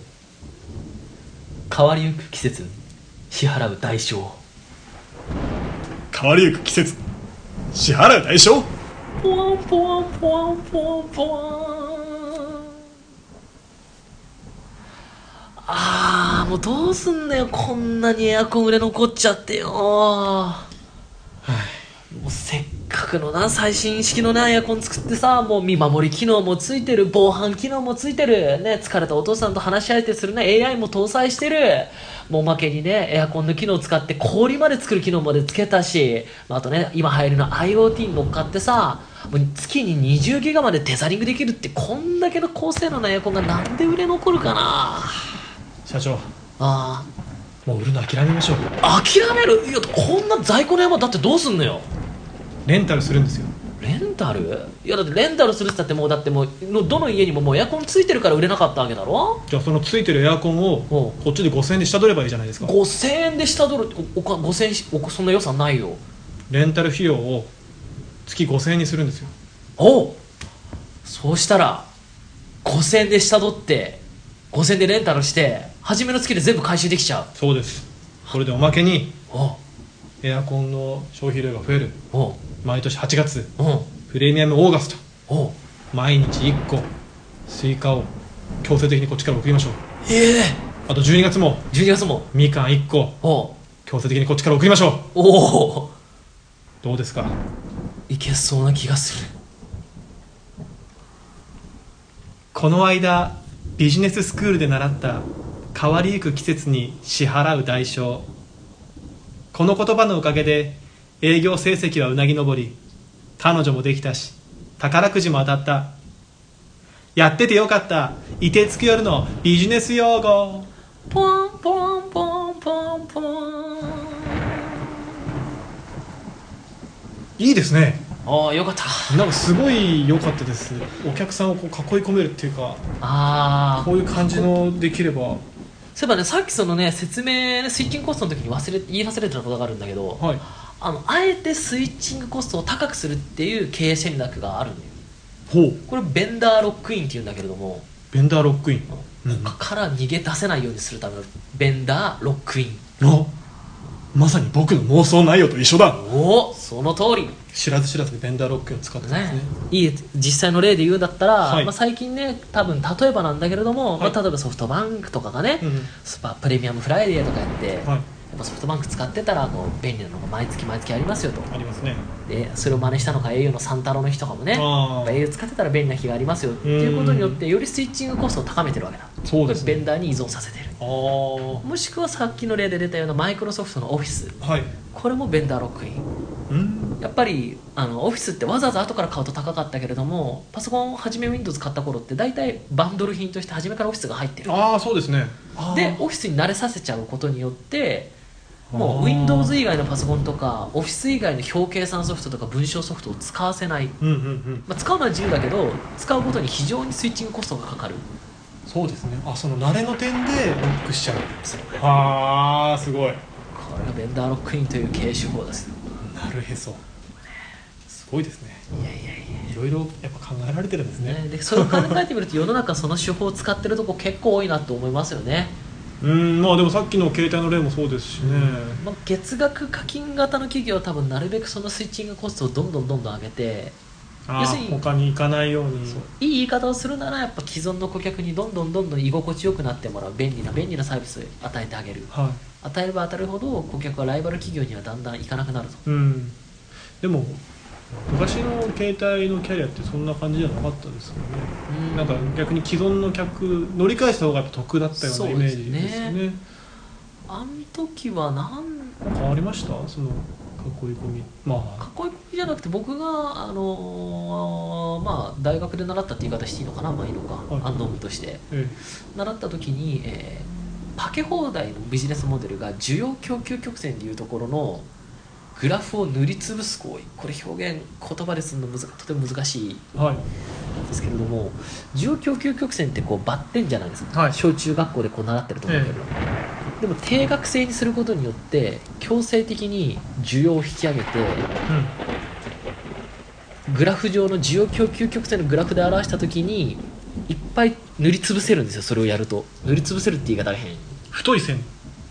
Speaker 1: 変わりゆく季節に支払う代償
Speaker 2: 変わりゆく季節支払う代償
Speaker 1: ポワンポワンポワンポワンポワンあーもうどうすんだよこんなにエアコン売れ残っちゃってよもうせっかくのな最新式のなエアコン作ってさもう見守り機能もついてる防犯機能もついてるね疲れたお父さんと話し合えてするね AI も搭載してるもうおまけにねエアコンの機能を使って氷まで作る機能までつけたし、まあ、あとね今流行りの IoT に乗っかってさもう月に20ギガまでテザリングできるってこんだけの高性能なエアコンがなんで売れ残るかな
Speaker 2: 社長
Speaker 1: あ
Speaker 2: もう売るの諦めましょう
Speaker 1: ー諦めるいやこんな在庫の山だってどうすんのよ
Speaker 2: レンタルするんですよ
Speaker 1: レンタルいやだってレンタルするって言ったってもうだってもうのどの家にももうエアコンついてるから売れなかったわけだろ
Speaker 2: じゃあそのついてるエアコンを
Speaker 1: お
Speaker 2: こっちで5000円で下取ればいいじゃないですか
Speaker 1: 5000円で下取るおおか5000円しおそんな予算ないよ
Speaker 2: レンタル費用を月5000円にするんですよ
Speaker 1: おうそうしたら5000円で下取って5000円でレンタルして初めの月で全部回収できちゃう
Speaker 2: そうですこれでおまけに
Speaker 1: おう
Speaker 2: エアコンの消費量が増える
Speaker 1: おう
Speaker 2: 毎年8月
Speaker 1: おう
Speaker 2: プレミアムオーガスト
Speaker 1: おう
Speaker 2: 毎日1個スイカを強制的にこっちから送りましょう
Speaker 1: ええ
Speaker 2: あと12月も
Speaker 1: 12月も
Speaker 2: みかん1個
Speaker 1: おう
Speaker 2: 強制的にこっちから送りましょう
Speaker 1: おお
Speaker 2: どうですか
Speaker 1: いけそうな気がする
Speaker 2: この間ビジネススクールで習った変わりゆく季節に支払う代償この言葉のおかげで営業成績はうなぎ登り彼女もできたし宝くじも当たったやっててよかったいてつく夜のビジネス用語
Speaker 1: ポンポンポンポンポン
Speaker 2: いいですね
Speaker 1: ああよかった
Speaker 2: なんかすごい良かったですお客さんをこう囲い込めるっていうか
Speaker 1: ああ
Speaker 2: こういう感じのできればは
Speaker 1: そういえばねさっきそのね説明ねスイッチングコストの時に忘れ言い忘れてたことがあるんだけど、
Speaker 2: い
Speaker 1: あのあえてスイッチングコストを高くするっていう経営戦略があるんだよ
Speaker 2: ほう
Speaker 1: これベンダーロックインっていうんだけれども
Speaker 2: ベンダーロックインうん
Speaker 1: 他から逃げ出せないようにするためのベンダーロックイン
Speaker 2: あまさに僕の妄想内容と一緒だ
Speaker 1: おおその通り
Speaker 2: 知らず知らずでベンダーロックインを使ってたんですね
Speaker 1: ね、いい実際の例で言うんだったら、
Speaker 2: はい
Speaker 1: まあ、最近ね多分例えばなんだけれども、
Speaker 2: はい
Speaker 1: まあ、例えばソフトバンクとかがね、
Speaker 2: うん
Speaker 1: スパプレミアムフライデーとかやって、や
Speaker 2: はい
Speaker 1: っぱソフトバンク使ってたらこう便利なのが毎月毎月ありますよと
Speaker 2: ありますね
Speaker 1: でそれを真似したのか au のサンタロの日とかもね
Speaker 2: あー
Speaker 1: やっぱ au 使ってたら便利な日がありますよっていうことによってよりスイッチングコストを高めてるわけだ
Speaker 2: そうですね
Speaker 1: ベンダーに依存させてる
Speaker 2: ああ
Speaker 1: もしくはさっきの例で出たようなマイクロソフトのオフィス
Speaker 2: はい
Speaker 1: これもベンダーロックイン
Speaker 2: うん
Speaker 1: やっぱりあのオフィスってわざわざ後から買うと高かったけれどもパソコンを初め Windows 買った頃って大体バンドル品として初めからオフィスが入ってる
Speaker 2: ああそうですね
Speaker 1: でオフィスに慣れさせちゃうことによっても
Speaker 2: あー
Speaker 1: う Windows 以外のパソコンとかオフィス以外の表計算ソフトとか文章ソフトを使わせない、
Speaker 2: うんうんうん
Speaker 1: まあ、使うのは自由だけど使うことに非常にスイッチングコストがかかる
Speaker 2: そうですねあその慣れの点でロックしちゃう
Speaker 1: そうこ
Speaker 2: ああすごい
Speaker 1: れがベンダーロックインという経営手法ですよ
Speaker 2: なるへそすごいですね
Speaker 1: いやいやいや
Speaker 2: いろいろやっぱ考えられてるんですね
Speaker 1: ね、でそれを考えてみると世の中その手法を使ってるとこ結構多いなと思いますよね、
Speaker 2: うんまあでもさっきの携帯の例もそうですしね
Speaker 1: まあ、月額課金型の企業は多分なるべくそのスイッチングコストをどんどんどんどん上げて
Speaker 2: あ
Speaker 1: 要する
Speaker 2: ー
Speaker 1: に
Speaker 2: 他に行かないように
Speaker 1: いい言い方をするならやっぱ既存の顧客にどんどんどんどん居心地よくなってもらう便利な便利なサービスを与えてあげる
Speaker 2: は
Speaker 1: 与えれば与えるほど顧客はライバル企業にはだんだん行かなくなると
Speaker 2: いうんでも昔の携帯のキャリアってそんな感じじゃなかったですよね
Speaker 1: うん
Speaker 2: なんか逆に既存の客乗り返した方が得だったようなイメージですよ
Speaker 1: そうで
Speaker 2: ね
Speaker 1: あの時はなん
Speaker 2: なんかありましたその囲い込みまあ
Speaker 1: かっこいいじゃなくて僕が、あのーまあ、大学で習ったって言い方していいのかなまあいいのか、
Speaker 2: い
Speaker 1: アンドームとして
Speaker 2: え
Speaker 1: 習った時に、えー、パケ放題のビジネスモデルが需要供給曲線でいうところのグラフを塗りつぶす行為これ表現言葉でするのむずとても難しい
Speaker 2: えはい
Speaker 1: んですけれども需要供給曲線ってこうバッテンじゃないですか、
Speaker 2: はい
Speaker 1: 小中学校でこう習ってると思うんだけど、でも定額制にすることによって強制的に需要を引き上げて
Speaker 2: う
Speaker 1: グラフ上の需要供給曲線のグラフで表した時にいっぱい塗りつぶせるんですよそれをやると塗りつぶせるって言い方変
Speaker 2: ん太い線
Speaker 1: い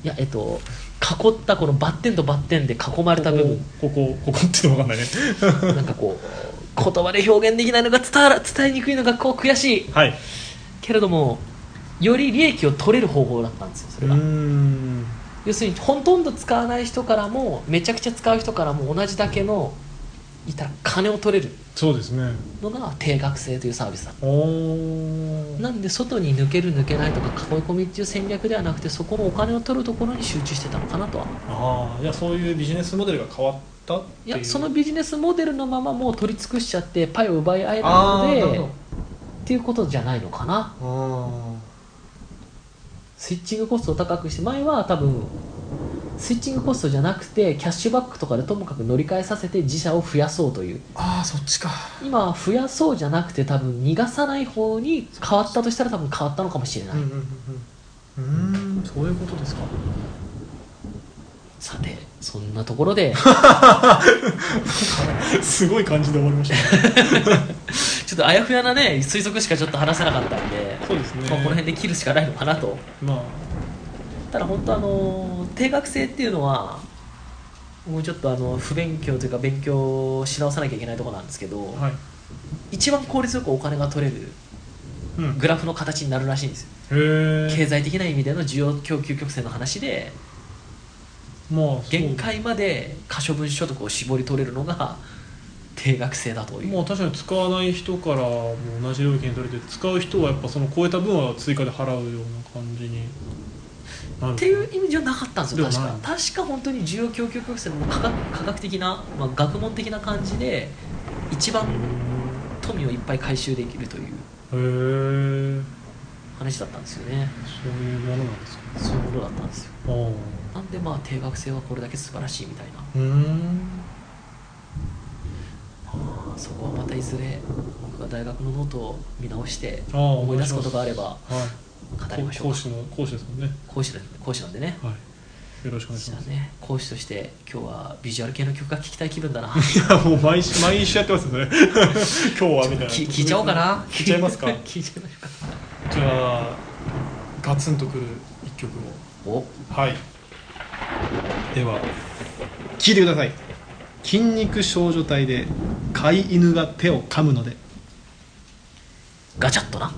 Speaker 1: やえっと囲ったこのバッテンとバッテンで囲まれた部分
Speaker 2: ここここっていうのわかんないね
Speaker 1: なんかこう言葉で表現できないのが伝わら伝えにくいのがこう悔しい
Speaker 2: はい
Speaker 1: けれどもより利益を取れる方法だったんですよそれ
Speaker 2: うー
Speaker 1: が、
Speaker 2: ん
Speaker 1: 要するにほとんど使わない人からもめちゃくちゃ使う人からも同じだけのいたら金を取れる
Speaker 2: そうですね
Speaker 1: のが定額制というサービスだった
Speaker 2: おー
Speaker 1: なんで外に抜ける抜けないとか囲い込みっていう戦略ではなくてそこのお金を取るところに集中してたのかなとは
Speaker 2: ああじゃあそういうビジネスモデルが変わったって
Speaker 1: い
Speaker 2: いう
Speaker 1: やそのビジネスモデルのままもう取り尽くしちゃってパイを奪い合え
Speaker 2: あー
Speaker 1: ない
Speaker 2: な
Speaker 1: の
Speaker 2: る
Speaker 1: で
Speaker 2: ほ
Speaker 1: っていうことじゃないのかな
Speaker 2: ど
Speaker 1: スイッチングコストを高くして前は多分スイッチングコストじゃなくてキャッシュバックとかでともかく乗り換えさせて自社を増やそうという
Speaker 2: ああそっちか
Speaker 1: 今は増やそうじゃなくて多分逃がさない方に変わったとしたら多分変わったのかもしれない、
Speaker 2: うんうんうんうんうーんそういうことですか
Speaker 1: さてそんなところで
Speaker 2: すごい感じで終わりましたね
Speaker 1: ちょっとあやふやなね推測しかちょっと話せなかったんで
Speaker 2: そうですね
Speaker 1: まあ、この辺で切るしかないのかなと
Speaker 2: まあ
Speaker 1: ただ本当あの定額制っていうのはもうちょっとあの不勉強というか勉強し直さなきゃいけないところなんですけど、
Speaker 2: はい
Speaker 1: 一番効率よくお金が取れる
Speaker 2: うん
Speaker 1: グラフの形になるらしいんですよ
Speaker 2: へ
Speaker 1: 経
Speaker 2: え
Speaker 1: 済的な意味での需要供給曲線の話で
Speaker 2: まあそう
Speaker 1: 限界まで可処分所得を絞り取れるのが定額制だという
Speaker 2: まあ確かに使わない人からも同じ料金取れて使う人はやっぱその超えた分は追加で払うような感じになるほど
Speaker 1: っていう意味じゃなかったんですよ
Speaker 2: でも
Speaker 1: 確
Speaker 2: まあ
Speaker 1: か確か本当に需要供給曲線の科学科学的な、まあ、学問的な感じで一番富をいっぱい回収できるという
Speaker 2: へえ
Speaker 1: 話だったんですよね
Speaker 2: そういうものなんですか
Speaker 1: そういうことだったんですよ
Speaker 2: おお
Speaker 1: なんでまあ定額制はこれだけ素晴らしいみたいな
Speaker 2: うーん
Speaker 1: まあそこはまたいずれ僕が大学のノートを見直して
Speaker 2: ああ
Speaker 1: 思い出すことがあれば
Speaker 2: はい
Speaker 1: 語りましょう
Speaker 2: 講
Speaker 1: か
Speaker 2: 師の講師ですもんね
Speaker 1: 講師だ講師なんでね
Speaker 2: はいよろしくお願いし
Speaker 1: じゃ
Speaker 2: ます
Speaker 1: あね講師として今日はビジュアル系の曲が聴きたい気分だ な
Speaker 2: いやもう毎週毎週やってますよね今日はみたいな
Speaker 1: き聞いちゃおうかな
Speaker 2: 聞いちゃいますか
Speaker 1: 聞いちゃいましょ
Speaker 2: じゃあガツンとくる一曲
Speaker 1: うかお
Speaker 2: をはいでは聴いてください「筋肉少女隊」で「飼い犬が手を噛むので
Speaker 1: ガチャッとな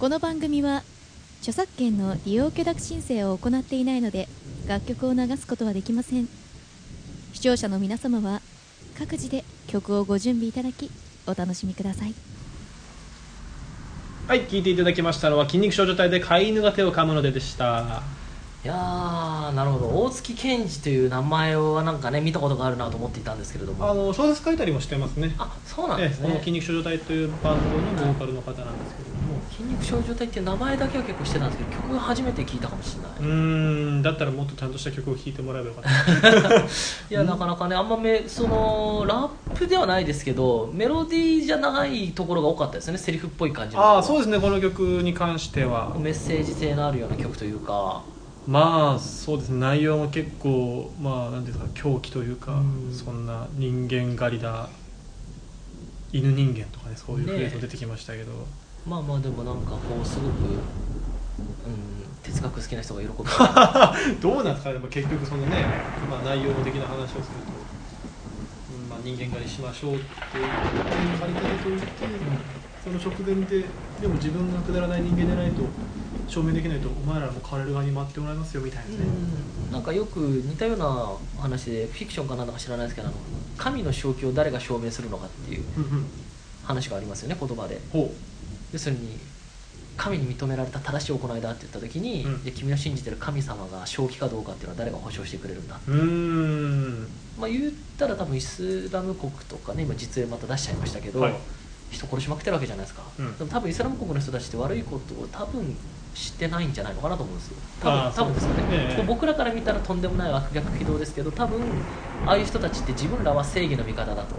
Speaker 4: この番組は著作権の利用許諾申請を行っていないので楽曲を流すことはできません視聴者の皆様は各自で曲をご準備いただきお楽しみください」
Speaker 2: はい聴いていただきましたのは「筋肉少女隊」で「飼い犬が手を噛むので」でした
Speaker 1: いやーなるほど大月健二という名前はなんかね見たことがあるなと思っていたんですけれど
Speaker 2: あ
Speaker 1: も
Speaker 2: の小説書いたりもしてますね
Speaker 1: あそうなん
Speaker 2: え
Speaker 1: で
Speaker 2: え
Speaker 1: す
Speaker 2: この
Speaker 1: ね
Speaker 2: 「筋肉少女隊」というバンドのボーカルの方なんですけれども
Speaker 1: 筋肉症状体っていう名前だけは結構してたんですけど曲は初めて聞いたかもしれないう
Speaker 2: ーんだったらもっとちゃんとした曲を聴いてもらえばよかった
Speaker 1: いやなかなかねあんまめそのラップではないですけどメロディーじゃないところが多かったですよねセリフっぽい感じの
Speaker 2: ああそうですねこの曲に関しては
Speaker 1: メッセージ性のあるような曲というか
Speaker 2: まあそうですね内容も結構まあ何ていうんですか狂気というか
Speaker 1: うん
Speaker 2: そんな人間狩りだ犬人間とかねそういうフレーズが出てきましたけど、
Speaker 1: まあまあでもなんかこうすごく、うん、哲学好きな人が喜ぶあ
Speaker 2: どうなんですかねまあ結局そのね、まあ、内容的な話をすると、うんまあ、人間狩りしましょうっていう借りたいと言ってその直前ででも自分がくだらない人間でないと証明できないとお前らも借りる側に待ってもらいますよみたいなね、
Speaker 1: なんかよく似たような話でフィクションかなんだか知らないですけどあの神の正気を誰が証明するのかっていう
Speaker 2: うんうん、
Speaker 1: 話がありますよね言葉で
Speaker 2: ほ
Speaker 1: 要するに神に認められた正しい行いだって言った時に、
Speaker 2: うん
Speaker 1: いや君の信じてる神様が正気かどうかっていうのは誰が保証してくれるんだ、
Speaker 2: ううーん
Speaker 1: まあ、言ったら多分イスラム国とかね今実演また出しちゃいましたけど、
Speaker 2: はい
Speaker 1: 人殺しまくってるわけじゃないですか、
Speaker 2: うん
Speaker 1: でも多分イスラム国の人たちって悪いことを多分知ってないんじゃないのかなと思うんですよ多分
Speaker 2: あー
Speaker 1: 多分ですよね
Speaker 2: そうですねええ
Speaker 1: 僕らから見たらとんでもない悪逆非道ですけど多分ああいう人たちって自分らは正義の味方だと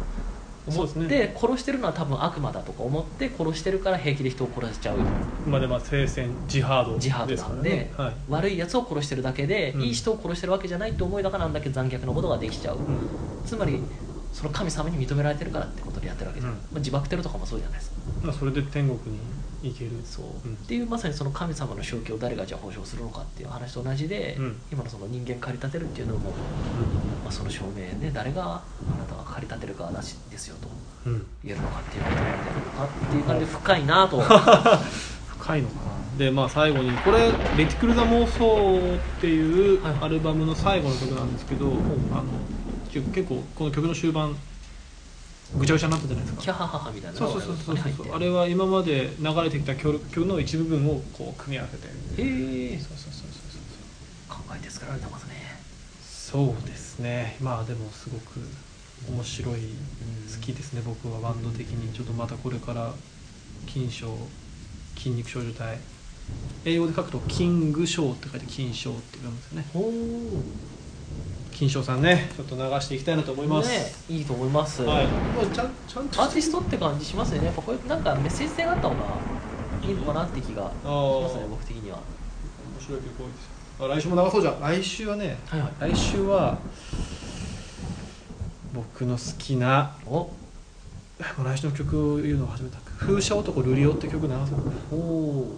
Speaker 2: そ
Speaker 1: 思
Speaker 2: う
Speaker 1: っ
Speaker 2: です
Speaker 1: て、
Speaker 2: ね
Speaker 1: 殺してるのは多分悪魔だとか思って殺してるから平気で人を殺しちゃう
Speaker 2: まあでまあ聖戦ジハード
Speaker 1: ジハード
Speaker 2: です
Speaker 1: な
Speaker 2: から
Speaker 1: んで
Speaker 2: ねはい
Speaker 1: 悪いやつを殺してるだけで、
Speaker 2: うん
Speaker 1: いい人を殺してるわけじゃないって思いだからあんだけ残虐なことができちゃう、
Speaker 2: うん
Speaker 1: つまりその神様に認められてるからってことでやってるわけじゃん、
Speaker 2: うん
Speaker 1: まあ、自爆テロとかもそうじゃないですか
Speaker 2: まあ、それで天国に行ける
Speaker 1: そう、
Speaker 2: うん
Speaker 1: っていうまさにその神様の正気を誰がじゃあ保証するのかっていう話と同じで、
Speaker 2: うん
Speaker 1: 今のその人間駆り立てるっていうのも、まあ、その証明ね誰があなたが駆り立てるかだしですよと
Speaker 2: うん、うん、
Speaker 1: 言えるのかっていうことなんじゃないのかっていう感じで深いな と
Speaker 2: 深いのかなでまあ最後にこれ「レティクル・ザ・妄想」っていう
Speaker 1: はい
Speaker 2: アルバムの最後の曲なんですけど、あの結構結構この曲の終盤ぐちゃぐちゃになったじゃないです
Speaker 1: キ
Speaker 2: か
Speaker 1: ャハハハみたいな
Speaker 2: そうそうそうそうそうあれ
Speaker 1: は
Speaker 2: は今まで流れてきた曲曲の一部分をこう組み合わせて
Speaker 1: へえ
Speaker 2: そうそうそうそうそう
Speaker 1: 考えて作られてますね
Speaker 2: そうですねまあでもすごく面白い好きですね僕はバンド的にちょっとまたこれから金賞筋肉少女隊英語で書くと「キング賞」って書いて「金賞」って読むんですよね
Speaker 1: ほう
Speaker 2: 金賞さんねちょっと流していきたいなと思います、
Speaker 1: ね、いいと思います、
Speaker 2: はい、まあ、ちゃんちゃんと
Speaker 1: アーティストって感じしますよねやっぱこういうなんかメッセージ性があった方がいいのかなって気がし
Speaker 2: あー
Speaker 1: ま
Speaker 2: 面
Speaker 1: すね
Speaker 2: 白い
Speaker 1: 僕的には
Speaker 2: 曲多いですよあ来週も流そうじゃん来週はね
Speaker 1: はいはい
Speaker 2: 来週は僕の好きな
Speaker 1: お
Speaker 2: もう来週の曲を言うのを始めた風車男ルリオって曲流そう
Speaker 1: おお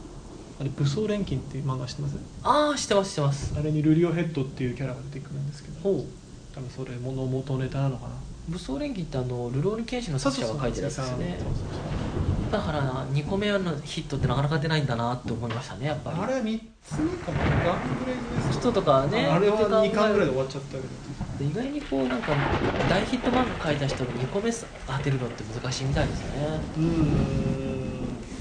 Speaker 2: あれ武装錬金っていう漫画知ってます
Speaker 1: ああしてますしてます
Speaker 2: あれにルリオヘッドっていうキャラが出てくるんですけど
Speaker 1: ほ
Speaker 2: 多分それもの元ネタなのかな
Speaker 1: う武装連携ってあのルローニケンシの作者が書いてるやつですよね
Speaker 2: そうそうそう
Speaker 1: だから2個目のヒットってなかなか出ないんだなって思いましたねやっぱ
Speaker 2: あ
Speaker 1: り
Speaker 2: れは3つ目かなガンブレイズです
Speaker 1: 人とかね
Speaker 2: ああれは
Speaker 1: って考える
Speaker 2: 2巻ぐらいで終わっちゃったけど
Speaker 1: 意外にこうなんか大ヒット漫画書いた人の2個目当てるのって難しいみたいですね
Speaker 2: うーん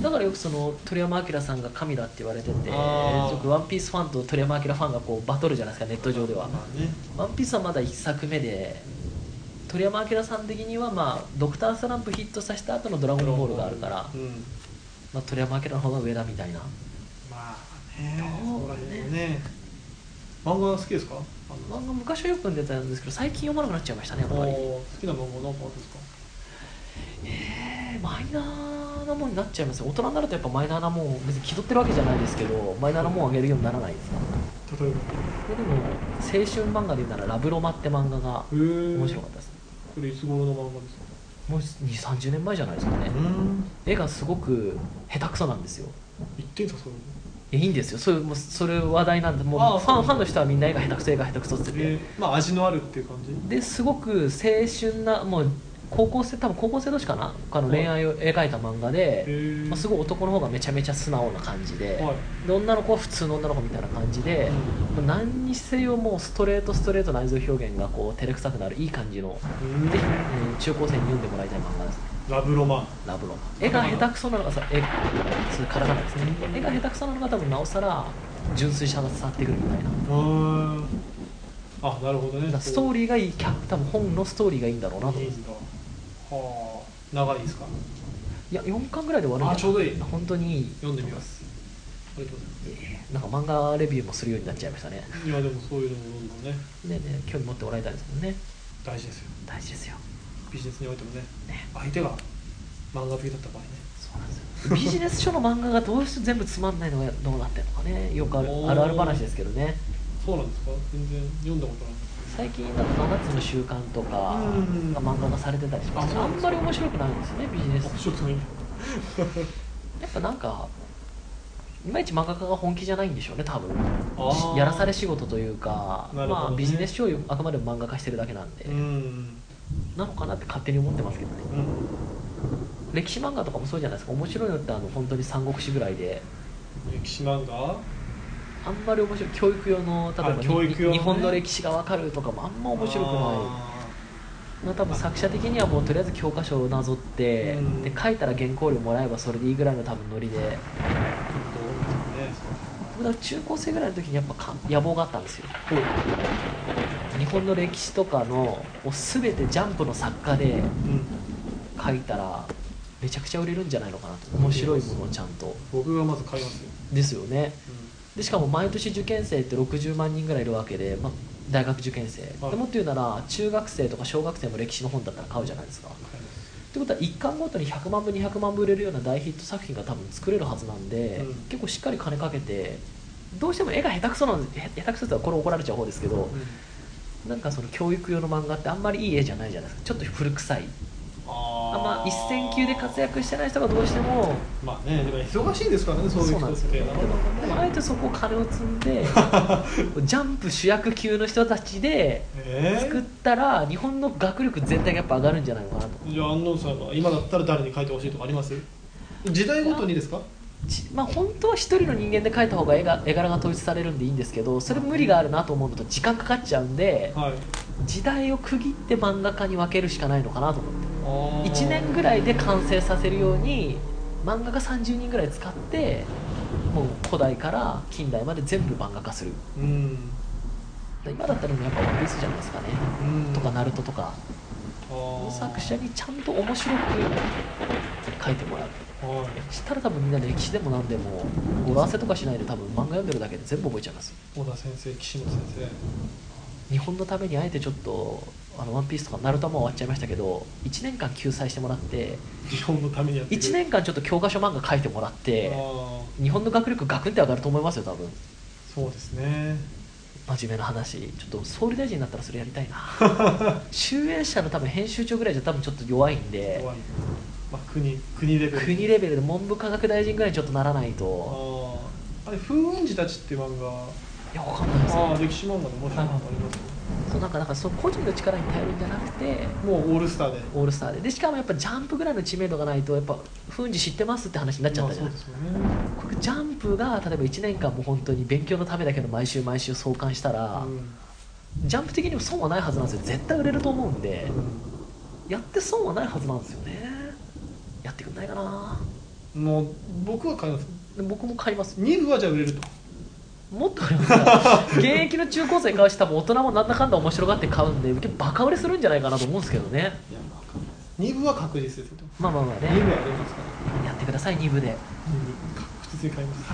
Speaker 1: だからよくその鳥山明さんが神だって言われてて
Speaker 2: あー
Speaker 1: よくワンピースファンと鳥山明ファンがこうバトルじゃないですかネット上では
Speaker 2: まあね
Speaker 1: ワンピースはまだ1作目で鳥山明さん的にはまあドクタースランプヒットさせた後のドラゴンボールがあるから
Speaker 2: う、ん
Speaker 1: まあ、鳥山明の方が上だみたいな
Speaker 2: まあね
Speaker 1: どう
Speaker 2: そうだよね漫画好きですか
Speaker 1: 漫画昔はよく読んでたんですけど最近読まなくなっちゃいましたねやっぱり
Speaker 2: お好きな漫画なんかあるんですか
Speaker 1: えーマイナーなもんになっちゃいますよ大人になるとやっぱマイナーなもん別に気取ってるわけじゃないですけどマイナーなもんをあげるようにならないですか
Speaker 2: 例えば
Speaker 1: ででも青春漫画で言うなら「ラブロマ」って漫画が
Speaker 2: へえ
Speaker 1: 面白かったですね
Speaker 2: これいつ頃の漫画ですか
Speaker 1: もう2 3 0年前じゃないですかね
Speaker 2: ん
Speaker 1: 絵がすごく下手くそなんですよ
Speaker 2: 言ってんすかそれ
Speaker 1: いやいいんですよそれもうそれ話題なんでもう
Speaker 2: ああ
Speaker 1: ファ
Speaker 2: そ
Speaker 1: ン
Speaker 2: う
Speaker 1: ファンの人はみんな絵が下手くそ絵が下手くそっつってて
Speaker 2: えー、まあ味のあるっていう感じ
Speaker 1: ですごく青春なもう高校生多分高校生同士かなあの
Speaker 2: はい
Speaker 1: 恋愛を描いた漫画
Speaker 2: へ
Speaker 1: で、
Speaker 2: え
Speaker 1: まあ、すごい男の方がめちゃめちゃ素直な感じで,、
Speaker 2: はい
Speaker 1: で女の子は普通の女の子みたいな感じで、もう何にせよもうストレートストレートな愛情表現がこう照れくさくなるいい感じの
Speaker 2: うん
Speaker 1: ぜひ、えー中高生に読んでもらいたい漫画ですね
Speaker 2: ラブロマン
Speaker 1: ラブロマン絵が下手くそなのがさ絵それカタカナですね絵が下手くそなのが多分なおさら純粋さが伝わってくるみたいなだ
Speaker 2: うーんあなるほど
Speaker 1: か
Speaker 2: ね
Speaker 1: らストー
Speaker 2: リ
Speaker 1: リーがいいキャ多分本のストーリーがいいんだろうなと思い
Speaker 2: いい
Speaker 1: ま
Speaker 2: んだはあ長いですか
Speaker 1: いや4巻ぐらいで終わる
Speaker 2: あ
Speaker 1: ん
Speaker 2: ち
Speaker 1: じゃ
Speaker 2: ょ
Speaker 1: な
Speaker 2: うどいい
Speaker 1: い本当にいい
Speaker 2: 読んでみますありがとうござ
Speaker 1: な
Speaker 2: い
Speaker 1: んか漫画レビューもするようになっちゃいましたね
Speaker 2: ますいやでもそういうのもどんどんね
Speaker 1: ねえねえ興味持ってもらいたいですもんね
Speaker 2: 大事ですよ
Speaker 1: 大事ですよ
Speaker 2: ビジネスにおいてもね
Speaker 1: ね
Speaker 2: 相手が漫画好きだった場合ね
Speaker 1: そうなんですよビジネス書の漫画がどうして全部つまんないのがどうなってるのかねよくある
Speaker 2: おー
Speaker 1: あるある話ですけどね
Speaker 2: そうなんですか全然読んだことない
Speaker 1: 最近なんか7つの習慣とか
Speaker 2: うん
Speaker 1: が漫画化されてたりしますけど
Speaker 2: あ
Speaker 1: あ
Speaker 2: そうんですか
Speaker 1: まり面白くないんですよねビジネス
Speaker 2: あ面白くないんだ
Speaker 1: やっぱなんかいまいち漫画家が本気じゃないんでしょうね多分
Speaker 2: あー
Speaker 1: やらされ仕事というか、
Speaker 2: なるほどね
Speaker 1: まあ、ビジネス書をあくまでも漫画化してるだけなんで、
Speaker 2: うん
Speaker 1: なのかなって勝手に思ってますけどね
Speaker 2: うん
Speaker 1: 歴史漫画とかもそうじゃないですか面白いのってあの本当に三国志ぐらいで
Speaker 2: 歴史漫画
Speaker 1: あんまり面白い教育用の例えば
Speaker 2: あ教育用のね
Speaker 1: 日本の歴史が分かるとかもあんま面白くない
Speaker 2: あ
Speaker 1: まあ多分作者的にはもうとりあえず教科書をなぞって、
Speaker 2: うん
Speaker 1: で書いたら原稿料もらえばそれでいいぐらいの多分ノリで
Speaker 2: ーちょっとね
Speaker 1: 僕だから中高生ぐらいの時にやっぱか野望があったんですよ
Speaker 2: そう
Speaker 1: 日本の歴史とかのを全てジャンプの作家で
Speaker 2: うん
Speaker 1: 書いたらめちゃくちゃ売れるんじゃないのかなと面白いものをちゃんと
Speaker 2: 僕がまず買いますよ、
Speaker 1: ですよね
Speaker 2: う
Speaker 1: でしかも毎年受験生って60万人ぐらいいるわけで、まあ、大学受験生、
Speaker 2: はい
Speaker 1: でもっと言うなら中学生とか小学生も歴史の本だったら買うじゃないですか
Speaker 2: ん、買います
Speaker 1: ってことは1巻ごとに100万部200万部売れるような大ヒット作品が多分作れるはずなんで、
Speaker 2: うん
Speaker 1: 結構しっかり金かけてどうしても絵が下手くそなんでへ下手くそって言ったらこれ怒られちゃう方ですけど、なんかその教育用の漫画ってあんまりいい絵じゃないじゃないですかちょっと古臭いあんま
Speaker 2: あ
Speaker 1: 一線級で活躍してない人がどうしても
Speaker 2: まあねでも忙しいんですからねそういう
Speaker 1: なんで
Speaker 2: 人っ
Speaker 1: すよ
Speaker 2: て
Speaker 1: で
Speaker 2: なかな
Speaker 1: もでも
Speaker 2: か
Speaker 1: あ
Speaker 2: ね
Speaker 1: えてそこを金を積ん でジャンプ主役級の人たちで
Speaker 2: え
Speaker 1: 作っ
Speaker 2: ー、
Speaker 1: たら日本の学力全体がやっぱ上がるんじゃないのかなと
Speaker 2: じゃあ安納さんは今だったら誰に書いてほしいとかあります時代ごとにですか
Speaker 1: ちまあ本当は一人の人間で描いた方が絵が絵柄が統一されるんでいいんですけどそれ無理があるなと思うのと時間かかっちゃうんで
Speaker 2: はい
Speaker 1: 時代を区切って漫画家に分けるしかないのかなと思って1
Speaker 2: 1
Speaker 1: 年ぐらいで完成させるように漫画家30人ぐらい使ってもう古代から近代まで全部漫画化する
Speaker 2: うん
Speaker 1: 今だったらもうやっぱ「ワンピースじゃないですかね
Speaker 2: うん
Speaker 1: とか「ナルトとか
Speaker 2: あ
Speaker 1: この
Speaker 2: ー
Speaker 1: 作者にちゃんと面白く書いてもらう
Speaker 2: はい
Speaker 1: したら多分みんな歴史でも何でも語呂合わせとかしないで多分漫画読んでるだけで全部覚えちゃいます
Speaker 2: 小田先生岸本先
Speaker 1: 日本のためにあえてちょっと「あのワンピースとか「ナルトはもう終わっちゃいましたけど1年間救済してもらって
Speaker 2: 生日本のためにやってる
Speaker 1: 1年間ちょっと教科書漫画書いてもらっ
Speaker 2: あ
Speaker 1: て
Speaker 2: ー
Speaker 1: 日本の学力ガクンって上がると思いますよ多分
Speaker 2: そうですね
Speaker 1: 真面目な話ちょっと総理大臣になったらそれやりたいな 集英社の多分編集長ぐらいじゃ多分ちょっと弱いんで
Speaker 2: 怖い、まあ、国国レベル
Speaker 1: 国レベルで文部科学大臣ぐらいにちょっとならない
Speaker 2: あ
Speaker 1: と
Speaker 2: ーあれ「風雲児たち」っていう漫画
Speaker 1: いやわかんないですよ
Speaker 2: ああ歴史漫画で面白いのありますよ
Speaker 1: そうなんかなんかその個人の力に頼るんじゃなくて
Speaker 2: もうオールスターで
Speaker 1: オールスターででしかもやっぱジャンプぐらいの知名度がないとやっぱ「ふんじ知ってます」って話になっちゃったじゃ
Speaker 2: ま
Speaker 1: ない
Speaker 2: あ
Speaker 1: ですか、
Speaker 2: そうですよね
Speaker 1: これジャンプが例えば1年間もう本当に勉強のためだけど毎週毎週創刊したら、ジャンプ的にも損はないはずなんですよ絶対売れると思うんで
Speaker 2: うん
Speaker 1: やって損はないはずなんですよねやってくんないかな
Speaker 2: もう僕は買います
Speaker 1: 僕も買います
Speaker 2: ニーズはじゃあ売れると
Speaker 1: もっと買いますから現役の中高生に関して多分大人もなんだかんだ面白がって買うんで結構バカ売れするんじゃないかなと思うんですけどね
Speaker 2: ニーズは確実ですよと
Speaker 1: まあまあまあ
Speaker 2: ニーズ
Speaker 1: ね
Speaker 2: はありますから
Speaker 1: やってください2部で
Speaker 2: ニーズ確実に買います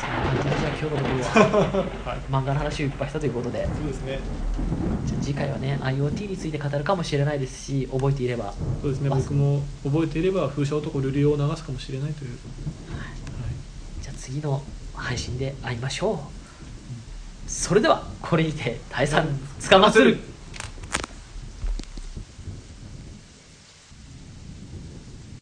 Speaker 1: そんな感じでじゃあ今日の部分は
Speaker 2: はい
Speaker 1: 漫画の話をいっぱいしたということで
Speaker 2: そうですね
Speaker 1: じゃあ次回はね IoT について語るかもしれないですし覚えていれば
Speaker 2: そうですね僕も覚えていれば風車男ルリオを流すかもしれないという、
Speaker 1: じゃあ次の配信で会いましょうそれではこれにて退散つかまつる